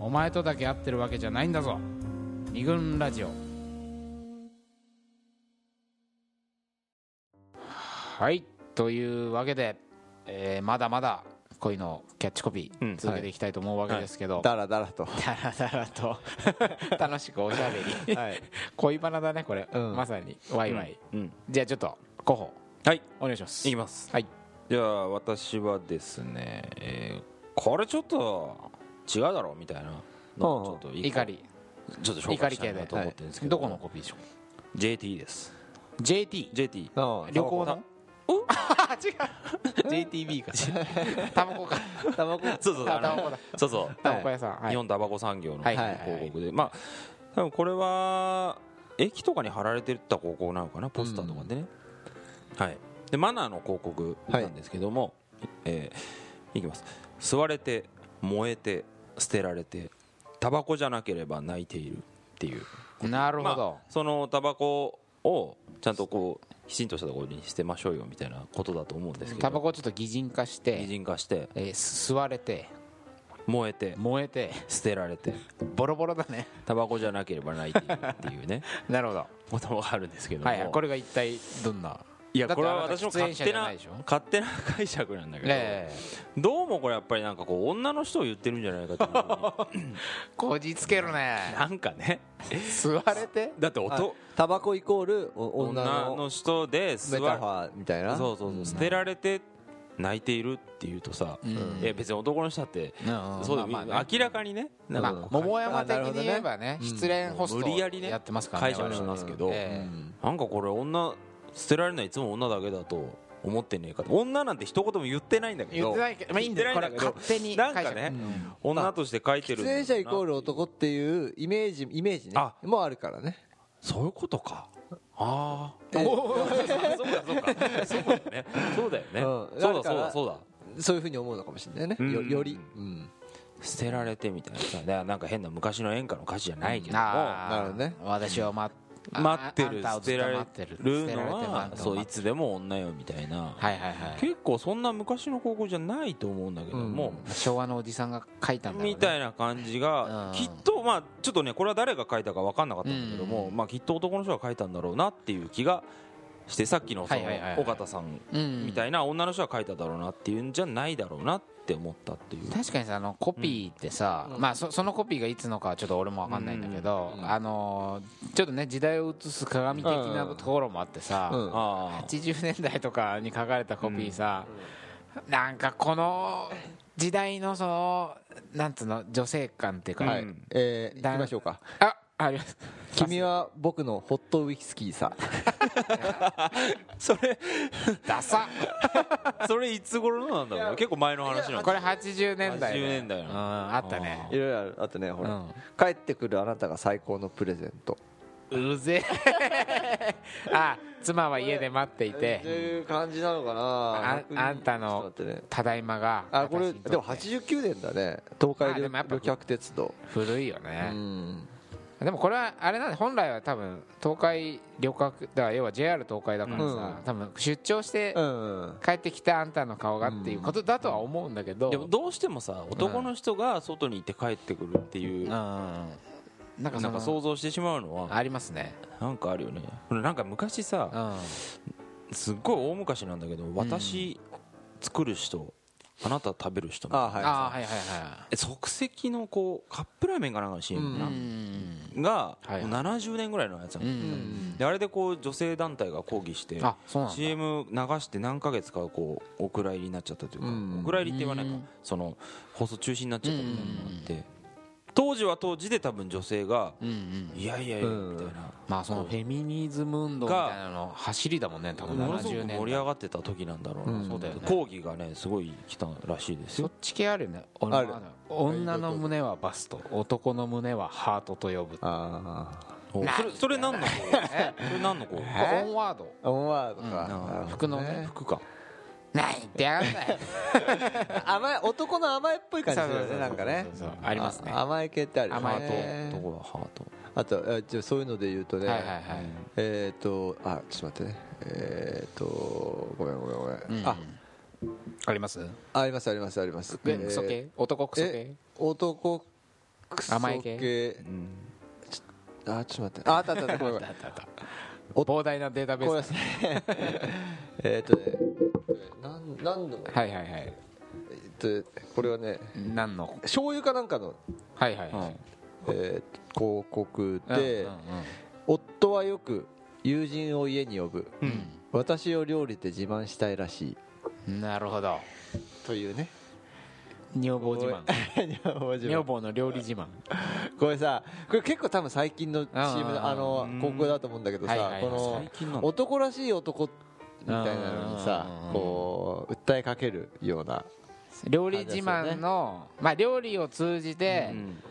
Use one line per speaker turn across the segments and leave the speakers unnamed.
お前とだけ会ってるわけじゃないんだぞ二軍ラジオはいというわけで、えーまだまだ恋のキャッチコピ
う
ー
ん
続けていきたいと思うわけですけど、
だらだらと
だらだらと 楽しくおしゃべり、
はい
恋バナだねこれ、
うん
まさにワイワイ、
うん
じゃあちょっと候補
はい
お願いします
いきます
はい
じゃあ私はですね、えーこれちょっと違うだろうみたいなのをちょっと一個
怒り
ちょっと紹
怒
介
り
した
系
いな
で
と思ってるんですけど
どこのコピーでしょ
JT です
う JT
JT
旅行の
お
違う JTB かタバコか
タバコ
そうそう
あ
あ
タバコ
の
だ
そうそう
タバコ屋さん、はい
日本タバコ産業の
はい
広
はいはい
告でまあ多分これは駅とかに貼られてた広告なのかなポスターとかでねはいでマナーの広告なんですけどもえーいきます吸われて燃えて捨てられてタバコじゃなければ泣いているっていう
なるほど、
まあそのタバコをちゃんとこうきちんとしたところに捨てましょうよみたいなことだと思うんですけ
タバ
ど
コをちょっと擬人化し
擬
て、
人化して
えー吸われて
燃えて
燃えて
捨てられて
ボロボロだ ね
タバコじゃなければ泣いているってい うね
なるほど
こともあるんですけども、
はいはいこれが一体どんない
や
だって
これは
あなた
私の
喫煙
勝
者
手
じゃ
ない
でしょ
勝手な解釈なんだけど、
ねえ
どうもこれやっぱりなんかこう女の人を言ってるんじゃないかというふう
こじつけるね
になんかね
吸われて
だって音、
あタバコイコールお女
女の
の
人で
メ
吸
タ
わ
ファーみたいな
そうそうそう捨てられて泣いているっていうとさ、いや別に男の人だって、
うんうん
そうだよ
まあまあね
明らかにねなん
ま
か
あ
こう
桃山的に言えばね
うん
失恋ホス
無
ト
理やりね
やってますからね
解釈しますけど、
ええ
なんかこれ女捨てられるのはいつも女だけだと思ってねえかと女なんて一言も言ってないんだけ
言っ
ど
てないけどまあいいんだよ
言ってない
これは勝手に
なん
解釈
かね、女として書いてる
出演者イコール男っていうイメージイメージね
あ
もあるからね
そういうことかああそうかそうかそうだよねそうだよね、
うん
そう
だ
だ
か
そうだ
ら
そうだ
そういうふうに思うのかもしれない
うん
ねよよりうん
捨てられてみたいなさだからなんか変な昔の演歌の歌詞じゃないけども
ああ
なるほどね
私を待あ
待ってる
あんた
捨
をず
て
っと
ら
待
れ
ってる
る
捨てら
の
れてるあん
は
たを
そうい
待って
つでも女よみたいな
はいはいはい
結構そんな昔の高校じゃないと思うんだけども、
昭和のおじさんが書いたんだろうね
みたいな感じが
うん
きっとまあちょっとねこれは誰が書いたか分かんなかったんだけども
う
まあきっと男の人が書いたんだろうなっていう気がしてさっきのその
はいはいはいはい
尾形さん
うん
みたいな女の人が書いただろうなっていうんじゃないだろうなって思ったっていう
確かにさあのコピーってさ、まあ、そそのコピーがいつのかはちょっと俺も分かんないんだけど、あのーちょっとね時代を映す鏡的なところもあってさ、
うん
ああ
80年代とかに書かれたコピーさ、なんかこの時代のそのなんつうの女性感っていうか、
はいえー
だ
行きましょうか
ああります
君は僕のホットウイスキーさ
それ
ダサ
それいつ頃のなんだろうね結構前の話なん
こ
だ
れ80年代
80年代
う
なんの
あったね
いろいろあるあとねほ
う
ら
ん
帰ってくるあなたが最高のプレゼント
うぜえ あ妻は家で待ってい
って
て
いう感じなのか
あ
な
あんたの
ちょっと待ってね
ただいまが
あこれ
私にとって
でも89年だね東
あ
海
で
旅
もやっぱ
旅客鉄道
古いよ
う
ね、
ん
でもこれはあれなんで本来は多分東海旅客だから要は JR 東海だからさ、
うん
多分出張して
うん
帰ってきたあんたの顔がっていうことだとは思うんだけど、
でもどうしてもさ男の人が外にいて帰ってくるっていう
うん
な
なんかそ
ん
の
か想像してしまうのは
ありますね、
なんかあるよねこれなんか昔さ
うん、
すっごい大昔なんだけど私作る人あなた食べる人みたい
あ
な
はい
ああはいはいは
え即席のこうカップラーメンかなんかの CM か
い
な、
うん
が、
はい
もう70年ぐらいのやつな
う
の、
ん
であれでこう女性団体が抗議して
あそうなんだ
CM 流して何ヶ月かこうお蔵入りになっちゃったというか、
うん
お蔵入りって言わないか、
うん
その放送中止になっちゃったみたいなのがあって、当時は当時で多分女性が
うんうん
「いやいやいや」
うん
みたいな、
まあそのフェミニズム運動みたいなの走りだもんね多分
ものすごく
70
盛り
年
上がってた時なんだろうな、
うん
そうだよね
抗議がねすごい来たらしいです
そ
よ
っち系あるよね俺
ある
あの女の胸はバスト男の胸はハートと呼ぶ
あ
それそれ何の子 それ何の子
オンワード
あオンワード
うん
か
服のね
服か
ないってやんない
甘い男の甘えっぽい感じだよねなんかね
そうそうそうありますね
あ甘え系ってあるよね
甘
ハ
え
ートどこだハート
あとあじゃあそういうので言うとね
はいはいはい
えっとあちょっと待ってねえっとごめんごめんごめんあ
あります
ありますありますあります
えクソ系男クソ系
え男クソ
甘い系
あちょっと待ってああったあったあったごめんごめん
膨大なデータベ
ごめ
ー
んな
ス
さいえーっとねこれ何何の
はいはいはい
えーっとこれはね
何の
醤油かなんかの、
はいはいはい
えーっと広告
うん
で、
うん
夫はよく友人を家に呼ぶ
うん
私を料理で自慢したいらしい
うんなるほど
というね
女房自 慢女房の料理自慢
これさこれ結構多分最近の CM
うん
だあの
うん
広告だと思うんだけど
はいはいは
さ
い
こ
最
の
近なんだ
男らしい男みたいなのにさ
うん
こう訴えかけるような
料理自慢のまあ料理を通じて
うん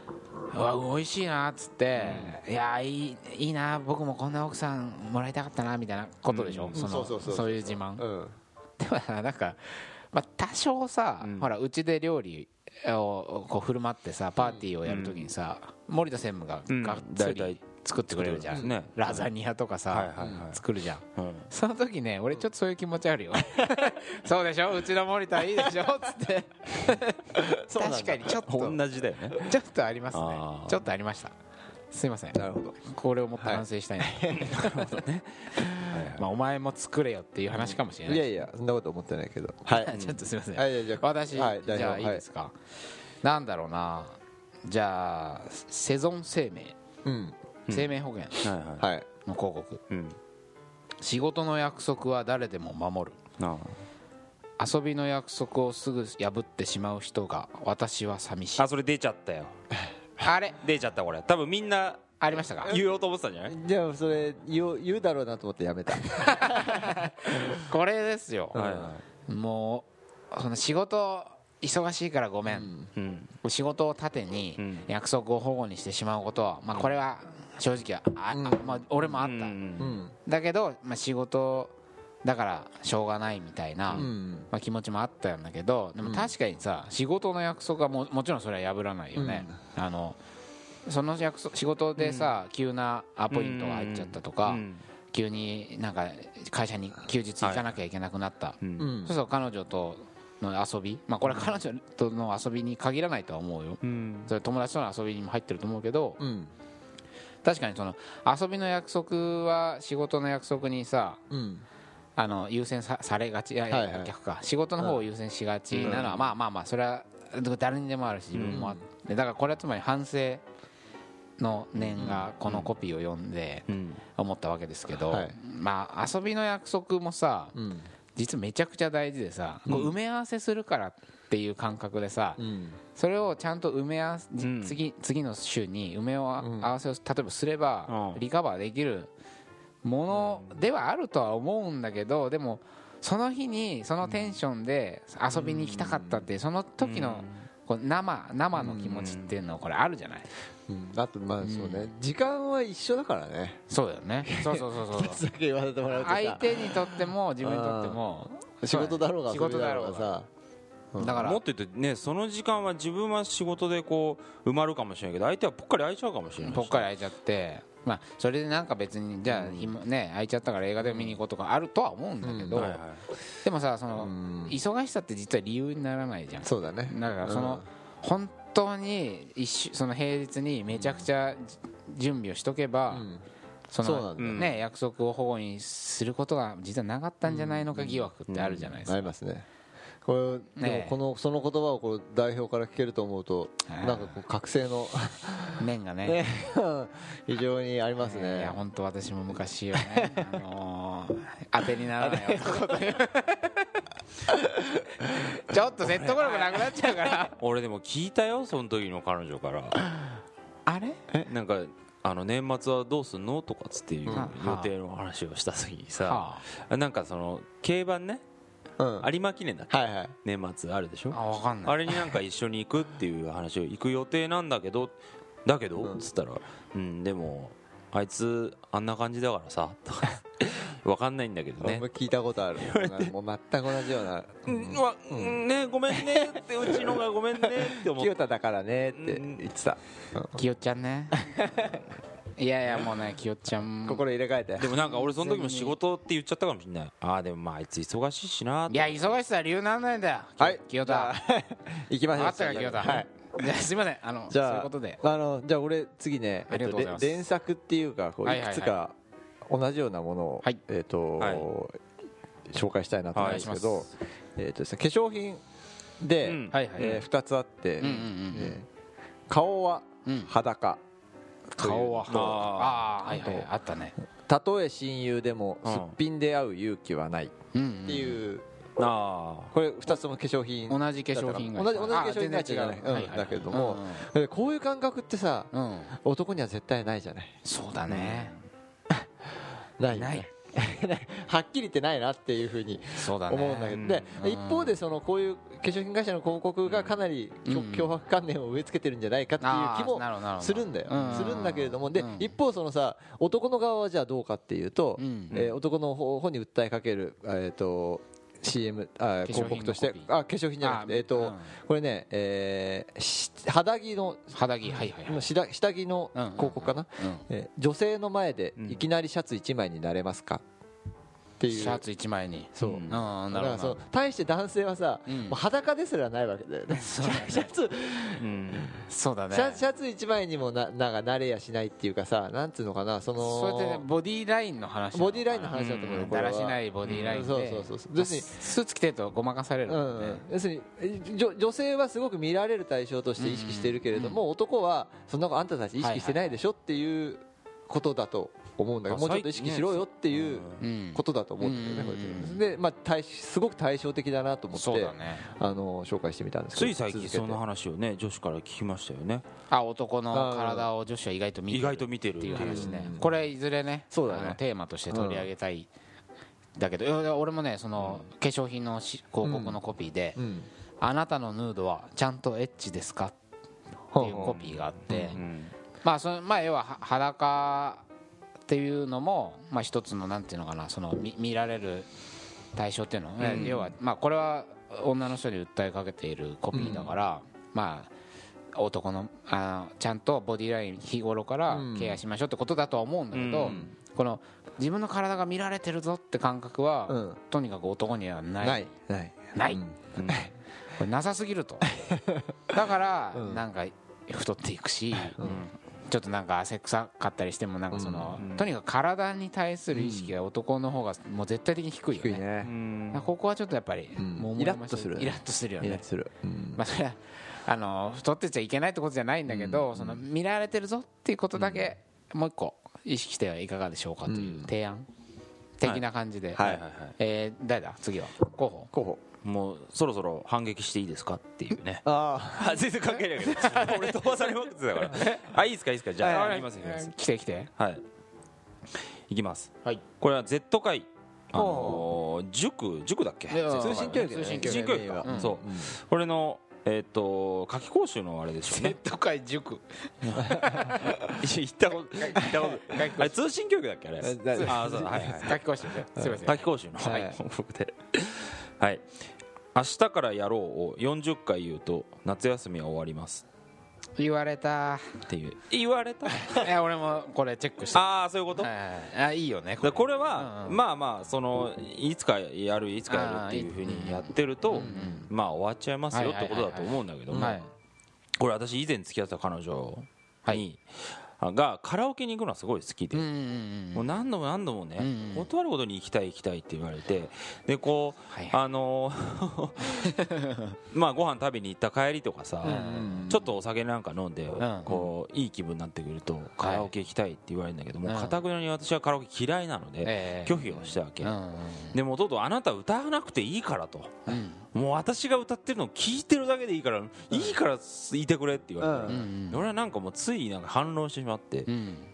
うわ美味しいなっつっていやいいいいな僕もこんな奥さんもらいたかったなみたいなことでしょ
うん
そのそういう自慢
うん
でもさなんか、まあ、多少さ、
うん
ほらうちで料理をこう振る舞ってさパーティーをやるときにさ、森田専務が
うん
がっつ
大体
り作ってくれるじゃん、
ね
ラザニアとかさ、
はいはいはい
作るじゃん
うん
その時ね俺ちょっとそういう気持ちあるよ そうでしょうちの森田いいでしょつ って確かにちょっと
同じだよね
ちょっとありますね
あー
ちょっとありましたすいません
るほど
これをもっと反省したいな、 まあ、お前も作れよっていう話かもしれないい
やいやそんなこと思ってないけどは
ちょっとすいません、
はいじゃあじゃあ
私、
はい
じ
代表
ゃあいいですか、なんだろうなじゃあセゾン生命
うん
生命保険
はいはい
はい
の広告、
うん
仕事の約束は誰でも守る
なあ
遊びの約束をすぐ破ってしまう人が私は寂しい
あそれ出ちゃったよ
あれ
出ちゃったこれ多分みんな
ありましたか
言おうと思ってたんじゃない
じゃあそれ言おう言うだろうなと思ってやめた
これですよ、
はいは
もうその仕事忙しいからごめん
いうん
仕事を盾
う
に
ん
約束を保護にしてしまうことは、まあ、これは正直あ、あまあ、俺もあった、
うん
うん
だけど、まあ、仕事だからしょうがないみたいな、
うん
まあ、気持ちもあったんだけどでも確かにさ、仕事の約束はももちろんそれは破らないよね、あのその約束仕事でさ、急なアポイントが入っちゃったとか、
うん
急になんか会社に休日行かなきゃいけなくなった、
うん
うん
そうそう彼女との遊びまあこれは彼女との遊びに限らないとは思うよ
うん
それ友達との遊びにも入ってると思うけど、
うん
確かにその遊びの約束は仕事の約束にさ
うん
あの優先さされがちいやいや
はいはい
逆か仕事の方を優先しがちなのは、まあまあまあそれは誰にでもあるし自分もあって、だからこれはつまり反省の念がこのコピーを読んで
うん
思ったわけですけど、
はい
まあ遊びの約束もさ
うん
実めちゃくちゃ大事でさ、こう埋め合わせするからっていう感覚でさ、
うん
それをちゃんと埋め合わせ、じ
うん
次次の週に埋め合
うん
わせを例えばすれば、
うん
リカバーできるものではあるとは思うんだけどでもその日にそのテンションで遊びに行きたかったっていうその時のこう生生の気持ちっていうのこれあるじゃない
うんあとまあそうね時間は一緒だからね
そうだよね そうそうそうそう
だけ言わせてもらうと
相
さ
手にとっても自分にとっても
仕事だろうが
仕事
遊び
だろうが
さうん
だから
もっと言うとねその時間は自分は仕事でこう埋まるかもしれないけど相手はぽっかり空いちゃうかもしれないし
ぽっかり空いちゃって、まあ、それでなんか別にじゃあ今、ね、空いちゃったから映画でも見に行こうとかあるとは思うんだけど、
はいはい
でもさその、
うん
忙しさって実は理由にならないじゃん
そうだね
だからその、本当に一週その平日にめちゃくちゃじ準備をしとけば、
ん
そ
そうな
の
んだ
よ
ね、約束を保護にすることが実はなかったんじゃないのか疑惑ってあるじゃないです
あ
か、
りますねこれでも
ねえ
このその言葉をこう代表から聞けると思うと
あー
なんかこう覚醒の
面がね
ね非常にあります
い
ね
や本当私も昔は ね、あのー当てにならない男というちょっと説得力なくなっちゃうから
俺でも聞いたよその時の彼女から
あれ
なんかあの年末はどうすんのとかっつっていう予
はあ
定の話をした時にさ
あ
なんかその競馬ね
うんはい
有馬記念だっけ
はい
年末あるでしょ
あ分かんない
あれになんか一緒に行くっていう話を行く予定なんだけどだけど、
うん
っつったら「うんでもあいつあんな感じだからさ」とか「わかんないんだけど
俺
ね
も」聞いたことある もう全く同じような
うんうわうんねごめんねってうちのがごめんねって思っ
清
て
田だからねって言ってた
きよちゃん ねいやいやもうねきよちゃん
心入れ替えて
でもなんか俺その時も仕事って言っちゃったかもしれないああでもまああいつ忙しいしなーっ
い
て
や忙しさは理由なんないんだよ
はい
きよた
行きましょう
あったか清田
はい
じゃあすみませんあのそ
じ
うい
ゃ
う
あ
ことで
あのじゃあ俺次ね、
ありがとうございます
れ連作っていうかこう
はい
い
はいは
く
い
つか同じようなものを、
はい
えっ、と、
はい
紹介したいなと思うんですけど、
お願いし
えっ、とですね化粧品で、
うん
はいはい、
えー、2つあって、
うんうんうんうん
えー顔は
うん
裸という
顔は
あ
ああはいはいあったね
たとえ親友でも
うん
すっぴんで会う勇気はないっ
うん
て
うん
いう、
あ
これ2つとも化粧品
同じ化粧品が
同じ同じ化粧品が
あ全然
違うねうん
はいはい
だけどもえーこういう感覚ってさ
うんうんうん
男には絶対ないじゃない
そうだね
ないよね
ない
はっきり言ってないなっていうふうに
そうだね
思うんだけど、
うん
で
うん
一方でそのこういう化粧品会社の広告がかなりきょ
うん
脅迫観念を植え付けてるんじゃないかっていう気もするんだよするんだけれどもで一方そのさ男の側はじゃあどうかっていうと、
うん
えー男の方方に訴えかける、えー、と CM あ
粧品の
広告として
コピー
あ化粧品じゃなくてえーと、これね、えーし肌着の
肌着はいはいはい
しだ下着の
うんうんうん
広告かな、
うん
えー女性の前で
うん
いきなりシャツ1枚になれますかっていう
シャツ一枚に
そう、
うん
ああな
だ
るほ
からそ
ど
の対して男性はさ、
うん
もう裸ですらないわけだよねシ
そうだね
ャシャツ
あうん
そうだね
シャシャツ一枚にもななんか慣れやしないっていうかさなんつうのかなその
そうやってねボディラインの話なのかな
ボディラインの話だと思うよ
ん
こ
だ
れは
らしないボディラインで
うんそうそうそう
まあ
別に
スーツ着てるとごまかされる
う
も
ん
んね
要するに女女性はすごく見られる対象として意識してるけれども、男はそんなことあんたたち意識してないでしょっていうことだと思うんだけど、
はい
も
は
うちょ
い
っと意識しろよっていう
うん
ことだと思うんだよね、
うんうんうん
これで、まあ、対すごく対照的だなと思っ
そう
て、
だね
あの紹介してみたんですけ
つ
ど
い最近
続けて
その話をね女子から聞きましたよね
あ男の体を女子は意外と見てる
意外と見てる
っていう話ね
うん
これいずれね
そうだね
あのテーマとして取り上げたいだけどいやいや俺もねその化粧品のし広告のコピーで
うん
「あなたのヌードはちゃんとエッチですか?」っていうコピーがあって
うん
まあそのまあ要はは裸っていうのもまあ一つのなんていうのかなその見見られる対象っていうの、
ん
要はまあこれは女の人に訴えかけているコピーだから、まあ男のあちゃんとボディライン日頃から
うん
ケアしましょうってことだとは思うんだけど、
うん
この自分の体が見られてるぞって感覚は、
うん
とにかく男にはない
ないない
ない
うん
これなさすぎるとだから、
うん
なんか太っていくし、ちょっとなんか汗臭かったりしてもなんかその、
うん
とにかく体に対する意識が男の方がもう絶対的に低いよ
低
ね
いね
うん
ここはちょっとやっぱり、
うん
もう思いま
イラッとするよね
イラッとするよ
イラッ
ね
とする、うん
まあそれはあの太ってちゃいけないってことじゃないんだけど、その見られてるぞっていうことだけ、もう一個意識してはいかがでしょうかという提案的な感じで、
はいはいはい
えー誰だ次は候補
候補
もうそろそろ反撃していいですかっていうね
あ
あ全然関係ないけど俺飛ばされまくってたからあいいですかいいですかじゃあ行きます行きます
来て来て
はい行きます
はい
これは Z 会あのー塾塾だっけ
いや
通信教育だよね
通信教
通
育
信教育か
うん
そう
うん
これのえっと夏季講習のあれでしょうね
都会塾
行ったこと行ったことあれ通信教育だっけあれ
えだ
あそうはいはい
書き講師ですすいません
夏季講習の
はい
報告ではい明日からやろうを40回言うと夏休みは終わります
言われ た
っていう言われた
いや俺もこれチェックして
ああそういうこと
はいはいはいあいいよね
でこれ
う
は、
んうん
まあまあそのいつかやるいつかやるっていうふうにやってると、まあ終わっちゃいますよってことだと思うんだけども、
はい
これ私以前付き合ってた彼女
は
に、あがカラオケに行くのはすごい好きで、
うんうんう
もうん何度も何度もね、
うんうん
断ることに行きたい行きたいって言われてでこう、
はい
あの ーまあご飯食べに行った帰りとかさ、ちょっとお酒なんか飲んで、
ん
こういい気分になってくるとカラオケ行きたいって言われるんだけども
うん
かたくなに私はカラオケ嫌いなの
え
で
え
拒否をしたわけ
うんうん
でもとうとうあなた歌わなくていいからと
うん
もう私が歌ってるのを聞いてるだけでいいからいいからいてくれって言われた
う
から
ん
で俺はなんかもうついなんか反論してしまって
うん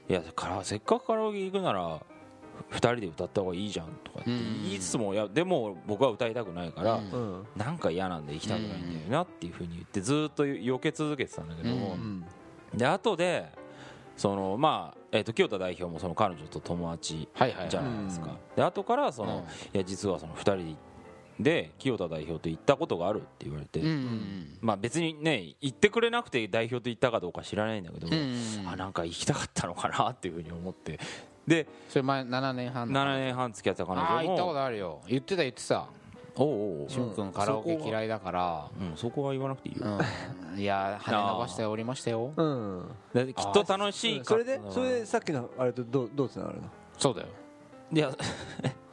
う
い
ん
やカラせっかくカラオケ行くなら2人で歌った方がいいじゃんとかって言いつつもいやでも僕は歌いたくないから
うん
うん
なんか嫌なんで行きたくないんだよなっていうふうに言ってずーっと避け続けてたんだけども、
う
うん
で後でそのまあ、えー、と清田代表もその彼女と友達
はいはい
じゃ
あ
ないですか、
うん
で後からその、
うん
いや実はその2人で清田代表と行ったことがあるって言われて、
うんうん
まあ別にね行ってくれなくて代表と行ったかどうか知らないんだけど、
うんうん
あなんか行きたかったのかなっていうふうに思ってで
それ前7年半
7年半付き合ってた彼
ああ
女
行ったこ
も
とあるよ言ってた言ってた
おうおうおう
しゅん君カラオケ嫌いだから、
うんそこは言わなくていいよ
うん、いや羽伸ばしておりましたよ
うん
だってきっと楽しいか
それで
うん
それでさっきのあれとどうどうつながるの
そうだよ
いや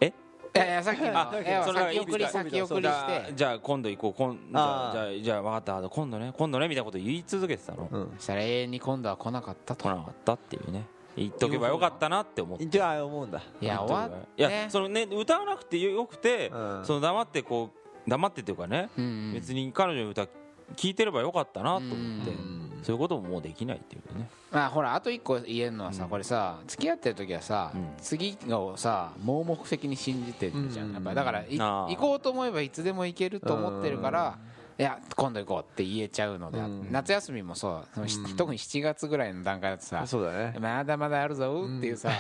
え
いやいやさっきのい
あ
や
それはいい
先送り
ですか
先送り
だ
して
じゃあ今度行こうこんじゃあ
あー
じゃあじゃあ分かった今度ね今度ねみたいなこと言い続けてたの
うん
そしたら永遠に今度は来なかった
来
と
なかったっていうね言っとけばよかったなって思って
じゃあ思うんだ
いや終わっ
いや
て
そのね歌わなくてよくて
うん
その黙ってこう黙ってっていうかね
うんうん
別に彼女の歌聞いてればよかったなと思って
うん
そういうことももうできないっていうね
まあほらあと一個言えるのはさ、これさ付き合ってる時はさ、
うん
次をさ盲目的に信じてるじゃん、
うん
やっぱだからい
あー
行こうと思えばいつでも行けると思ってるから、いや今度行こうって言えちゃうので、
うん
夏休みもそうそのし特に7月ぐらいの段階だとさ、
そうだね
まだまだあるぞっていうさ、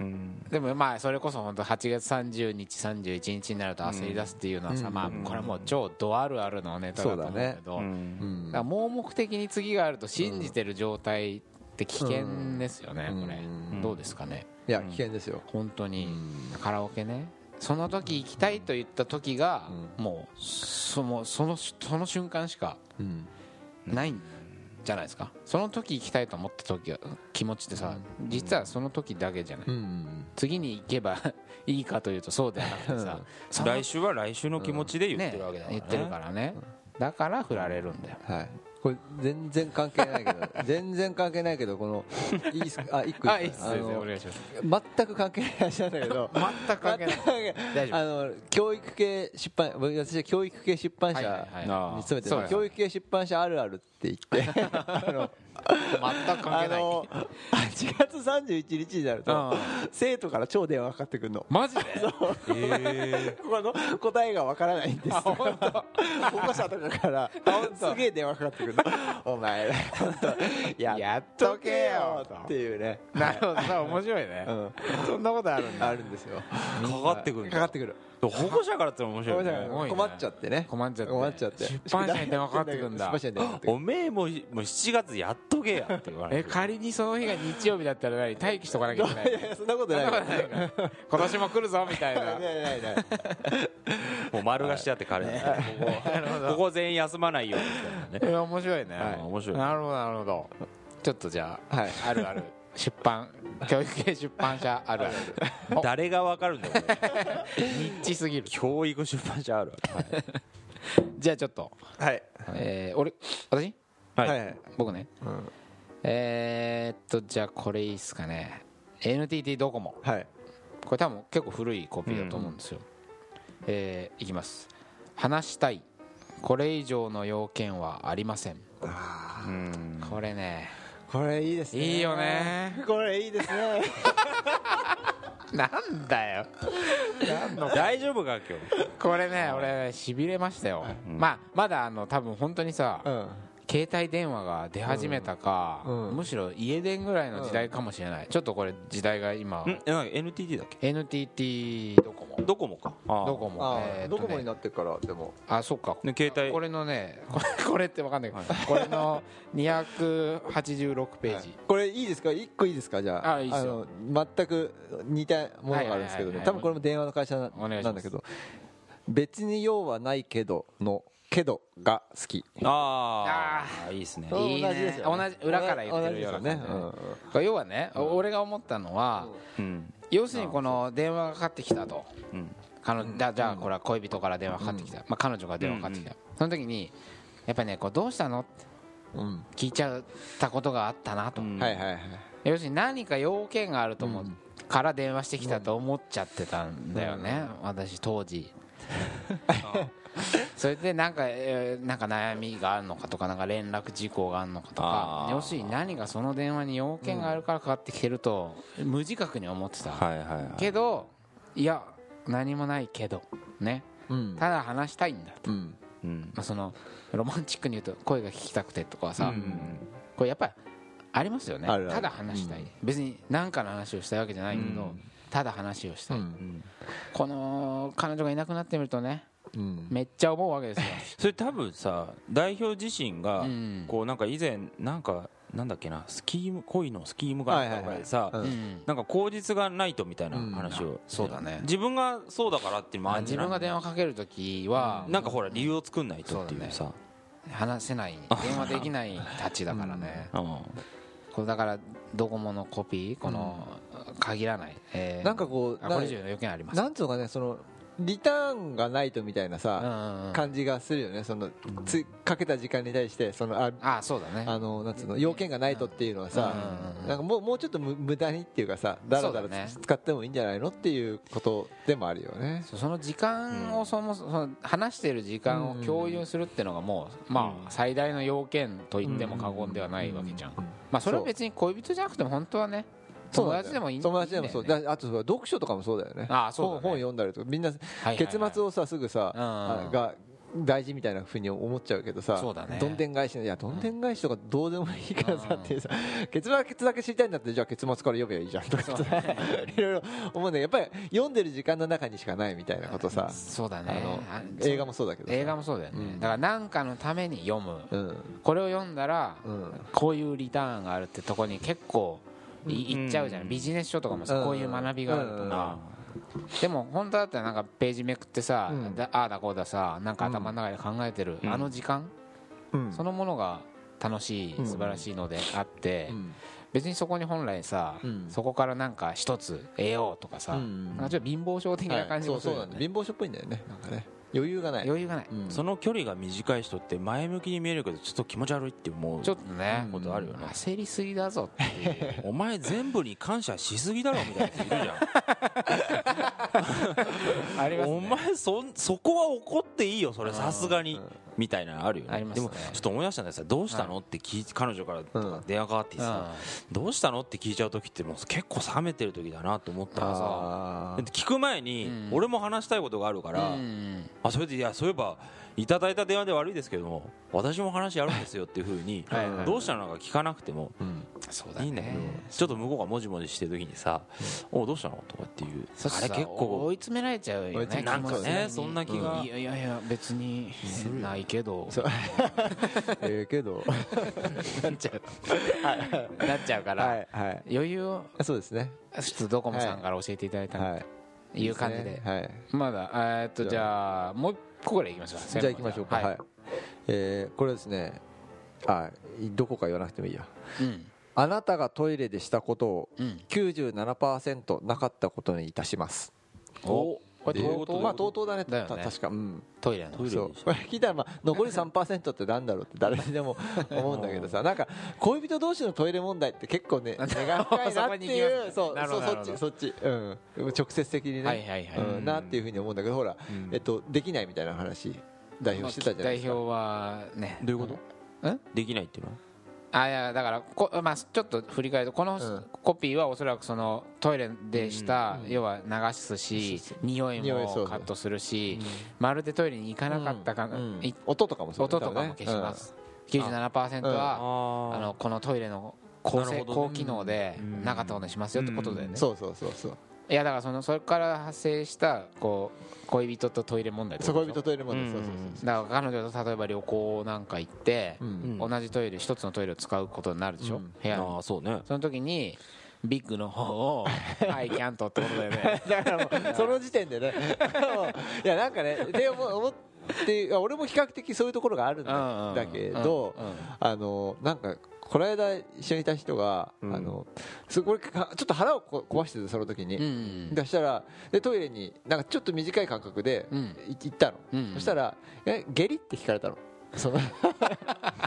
うん
でもまあそれこそ本当8月30日31日になると焦り出すっていうのはさ、
うん
まあこれはもう超ドあるあるのネタだと思うんだけど、
うん
うん
だから盲目的に次があると信じてる状態って危険ですよね、
うん
これ、
うん
どうですかね
いや危険ですよ
本当に、カラオケねその時行きたいと言った時が、もうそのそのその瞬間しか
うん
ないんじゃないですかその時行きたいと思った時は気持ちってさ実はその時だけじゃない、
うん
次に行けば いいかというとそうではなくてさその
来週は来週の気持ちで言ってるわけだから
ね言ってるからねだから振られるんだよ
はいこれ全然関係ないけ ど全然関係ないけどこのいいっす あ一個
あいいっす
あ
ね
の
お願いします
全く関係ない話なんだけ ど
全く関係ない大丈夫
あの教育系出版僕私は教育系出版社
はいはいはい
あ
に
ー
勤めて
そう
る、
です
教育系出版社あるあるって言 ってあの
全く関
あ
係ない
の8月31日になると
うん
生徒から超電話かかってくるの
マジで
ここの答えがわからないんです保護者とかからすげえ電話かかってくるのお 前ら本当や
や
っ
っ
と
と
け
け
よ
よ
っていうね
なるほどさ面白いね
うん
そんなことあるんだ
あるんですよ
かかってくるんだ
かかってくる
保護者からってのも面白いよね
すごいね
困っちゃってね
困っちゃって
困っちゃって
出版社に電話かかってくんだ
出版社に電話かかってくる
おめえももう7月やっとけやって言われ
え
る
仮にその日が日曜日だったら何待機しとかなきゃいけない
いやいやそんなことないから
ないから今年も来るぞみ たい な
ないないない
もう丸貸しだって彼にこ こここ全員休まないよみた
い
いなね
や面白いね、
はい面白い
なるほどなるほどちょっとじゃあ、
はい
あるある出版教育系出版社あるあるお
誰がわかるんだこれ
ニッチすぎる
教育出版社ある
じゃあちょっと、
はい
えー、俺私
は
はいい
僕ね
うん
えー、っとじゃあこれいいっすかね NTT ドコモ
はい
これ多分結構古いコピーだと思うんですよ、えーいきます話したいこれ以上の要件はありません
うん
これね
これいいですね
いいよね
これいいです ね
なんだよ
大丈夫か今日
これね俺しびれましたよ、まあまだあの多分本当にさ、
うん
携帯電話が出始めたか、
うんうん
むしろ家電ぐらいの時代かもしれない、ちょっとこれ時代が今
んえなんか NTT だっけ
NTT ドコモ
ドコモかあー
ドコモえーっとね
なってからでも
あそっか
ね携帯
これのねこれ これって分かんないけど、これの286ページ、
これいいですか一個いいですかじゃあ
あいいっすよ
の全く似たものがあるんですけど
はいはいはい
ね
はい
多分これも電話の会社な
お願いします
なんだけど別に用はないけどの「けど」が好き
ああいいですね
いいね
同じですよね
同じ裏から言ってるような
同じですね
感これ要はね、俺が思ったのは、
うん
要するにこの電話がかかってきたと
うん
彼女だじゃあこれは恋人から電話かかってきた、まあ、彼女から電話かかってきた、その時にやっぱりねこうどうしたのって
うん
聞いちゃったことがあったなと、
うん
はいはいはい
要するに何か要件があると思う、から電話してきたと思っちゃってたんだよね、私当 時 それでなんか,、えーなんか悩みがあるのかとかなんか連絡事項があるのかとか
あー
要するに何かその電話に要件があるからかかってきてると無自覚に思ってた、
はいはいはい
けどいや何もないけどね
うん
ただ話したいんだと、
うん
うん
まあ、そのロマンチックに言うと声が聞きたくてとかさ、
うん
これやっぱりありますよね
あるある
ただ話したい、別に何かの話をしたいわけじゃないけど、ただ話をし
う
たい、
ん
この彼女がいなくなってみるとね
うん
めっちゃ思うわけですよ
それ多分さ代表自身が
うん
こうなんか以前なんかなんだっけなスキーム恋のスキームがあったぐらいでさ、
はいはいはい
うん
なんか口実がないとみたいな話を、
そうだね
自分がそうだからっていうのも
あ
あるんじ
自
ゃな
分が
い
電話かけるときは
なんかほら理由を作んないとっていうさ
話せない電話できないたちだからねこれだからドコモのコピーこの限らないえー
なんかこう
あ
な
これ以上の要件あります
なんつうのかねそのリターンがないとみたい
う
な
んう
さ、
んうん
感じがするよねそのつかけた時間に対してそのあ
あそうだね
あのなんつうの要件がないとっていうのはさ
うんうんうん
なんかもうもうちょっとむ無駄にっていうかさだらだ
そうだ
ら
ね
つ使ってもいいんじゃないのっていうことでもあるよね。
そうその時間をそもそもその話している時間を共有するっていうのがもうま
うん
あ最大の要件と言っても過言ではないわけじゃん
うん
まあそれは別に恋人じゃなくても本当はね
そう
友
なんだよ
達でもいいんだよ
友
ね
達でもそうだあとそう読書とかもそうだよね
あそうだね
本本読んだりとかみんな
はいはいはい
結末をさすぐさ
うんうん
あが大事みたいなふうに思っちゃうけどさ
そうだね
どんでん返しのいやどんでん返しとかどうでもいいからさっていうさ結末はケツだけ知りたいんだってじゃあ結末から読めばいいじゃんとかさ いろいろ思うんだけどやっぱり読んでる時間の中にしかないみたいなことさ
そうだ
あ
ね
の
あ
映画もそうだけどさ
映画もそうだよね、
うん
だから何かのために読む
うん
これを読んだら、
うん
こういうリターンがあるってとこに結構い
うん
いっちゃうじゃんビジネス書とかもさ
うん
こういう学びがあるとかでも本当だったらなんかページめくってさ、
うん
だああだこうださなんか頭の中で考えてる、
うん
あの時間
うん
そのものが楽しい
うん
素晴らしいのであって、
うん
別にそこに本来さ、
うん
そこからなんか一つ得ようとかさ、
うん
なんかちょっと貧乏症的な
は
感
い
じ
そう
もす
そ
る
う
よ
なん
ね
だ貧乏症っぽいんだよねなんかね余裕がない
余裕がない、
うん
その距離が短い人って前向きに見えるけどちょっと気持ち悪いって思う
ちょっとね、
ことあるよね
焦りすぎだぞ っていう
お前全部に感謝しすぎだろみたいな人 いる
あり
じゃんお前そんそこは怒っていいよそれさすがにみたいなのあるよ
あ
ね
ります
で
ね
もちょっと思い出したんだけどさどうしたのって聞い彼女からとか電話かかってきてさどうしたのって聞いちゃう時ってもう結構冷めてる時だなと思ったらさ
あ
だって聞く前に
うん
俺も話したいことがあるから、
うん
あそれでいやそういえばいただいた電話で悪いですけども私も話あるんですよっていうふうに
はいはい
どうしたのか聞かなくても
ーうん
そうだね
いいんだけどちょっと向こうがもじもじしてる時にさ「おうどうしたの?」とかっていう
そ
あれ結構
追い詰められちゃう
追い
よね
詰め
なんか
気持ち的
ね
に
そんな気が
いやいやいや別にないけど
そうええけど
なっちゃうなっちゃうか
は
ら
いはい
余裕を
そうですね
ちょっとドコモさんから教えていただいた
は
と
い
いう感じで
はい
まだえーっとじゃあもう一個ぐらいいきましょう
じゃあ行きましょうかはい、
はい
えーこれですねあどこか言わなくてもいいや
うん
あなたがトイレでしたことを
うん
97%なかったことにいたします
おこれ
で
とうとう
まあ TOTO だね
だよね
た確かうん
トイレの
トイレ
そ
で
う
し
これ聞いたらまあ残り3%ってなんだろうって誰にでも思うんだけどさなんか恋人同士のトイレ問題って結構 ね根が深いなっていう
そこに行きますね
そう
なるほ
そう
ど
そ
なる
っ
ほど
ちそっちうん直接的にね
はいはいはい
うんなっていうふうに思うんだけどほら
ん
えっとできないみたいな話代表してたじゃない
代
です
表
か
はね
どういうこ
う
と
ん
できないっていうのは
あいやだからこ、まあ、ちょっと振り返るとこの
うん
コピーはおそらくそのトイレでした、要は流すし匂い
匂いそうそ
も
う
カットするし、まるでトイレに行かなかったか、
うん
い
音とかもそうだ
音
ね
とかも消します、97%はあ
あ
のこのトイレの高,、
なるほどね
高機能でなかったことにしますよってことだよね、
多分ねうんそうそうそうそう
いやだからそのそれから発生したこう恋人とトイレ問題って
そ
こ
こと
でしょ
人トイレ問題
うん
そうそうそう
だから彼女と例えば旅行なんか行って、
うん
同じトイレ一つのトイレを使うことになるでしょ、
うん
部屋の
あーそうね
その時にビッグの方 を「はいキャント」ってことだよね
だからもうその時点 でねもういやなんかねでも思っていや俺も比較的 そういうところがあるん
うんうんう
だ
ん
だけど
うんうん
あのなんかこの間一緒にいた人があ
うん
のすごいかちょっと腹をこ壊しててその時
うんう
に
ん
出したらでトイレになんかちょっと短い間隔で
うん
い行ったの
うん
そしたらえ「下痢?」って聞かれたのその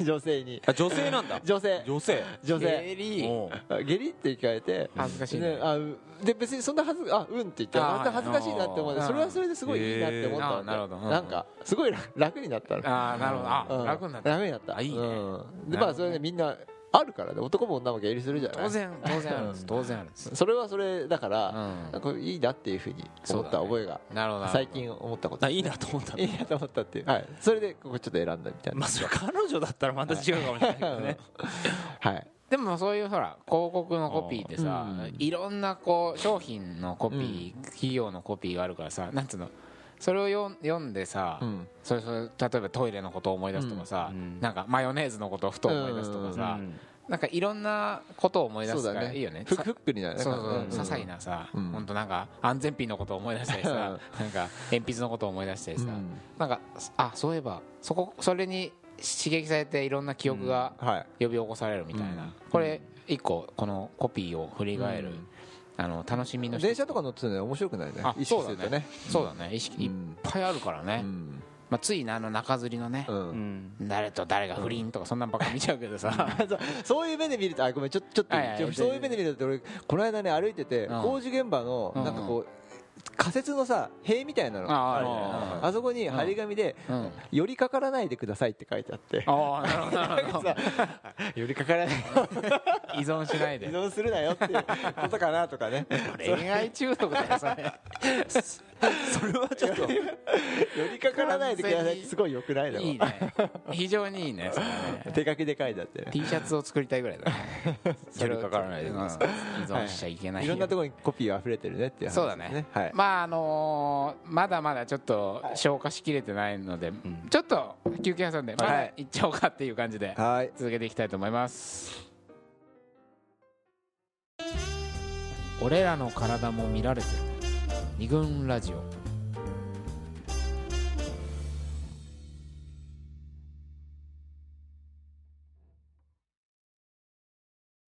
女性に
あ女 性なんだ
女性
女性
女性
下痢
おう
あ下痢って聞かれて
恥ずかしいね
であうで別にそんなはずあうんって言って
あー
また恥ずかしいなって思っ
う
て
ん
それはそれですごいいいなって思った
へーあーなるほどうん
なんかすごい楽楽になったの
ああなるほどあ、
うん
楽になった
楽になった
あいいね
うんで
なるほど
まあそれねみんなあるからね男も女も下痢するじゃない
当然当然あるんです当然あるんです
それはそれだか
うん
らなんかいいなっていうふうに思った覚えが
なるほどなるほど
最近思ったこと
あ
です
い
ね
いなと思ったんだ
いいなと思ったっていうはいそれでここちょっと選んだみたい
ま
な
あそれ彼女だったらまた違うかもしれないけどね
はい
でもそういうほら広告のコピーってさ
うん
いろんなこう商品のコピー企業のコピーがあるからさなんつうのそれをよん読んでさ、
うん
それそれ例えばトイレのことを思い出すとかさ、
うん
なんかマヨネーズのことをふと思い出すとかさ、
うん
なんかいろんなことを思い出
そう
すか
だ
ら
ね
いいよね
フックフックになるね
そう
なんか
そう
ね
些細なさ、
う
ほ
ん
ん、本当なんか安全ピンのことを思い出したりさなんか鉛筆のことを思い出したりさ、
うん
なんかあそういえばそこそれに刺激されていろんな記憶が
はい
呼び起こされるみたいな、
うん
これ一個このコピーを振り返る、
うん
あの楽しみの一つ
電車とか乗ってたら面白くないね
あ
意識するとね
そうだね意識いっぱいあるからね、
うん
まあ、ついなあの中吊りのね
う、
うんん
誰と誰が不倫とかそんなんばっか見ちゃうけどさ
そうそういう目で見るとあごめんちょちょっと
はいはい
ちょそういう目で見ると俺この間ね歩いてて
うん
工事現場の
うん
なんかこう仮設のさ塀みたいなの
あ
あ
あ
るじゃ
あるね
な
う
い
ん
あそこに張り紙で
うん
「寄りかからないでください」って書いてあって
ああなるほどなる ほど
寄りかからない
依存しない
依
で
存するなよっていうことかなとかね
恋愛中毒だよそれ
それはちょっと
寄りかからないでくださいってすごい良く ないだろ
いいね非常にいいねそれ ね
手書きで書いてあってね
T シャツを作りたいぐらいだね
寄りかからないでください
うん依存しちゃいけないい
ろんなと
こ
ころにコピーが溢れてるねっていう話
そうだね
はい
まああのーまだまだちょっと消化しきれてないので
ん
ちょっと休憩挟んでまだ
はい
行っちゃおうかっていう感じで
はい
続けていきたいと思います俺らの体も見られてる二軍ラジオ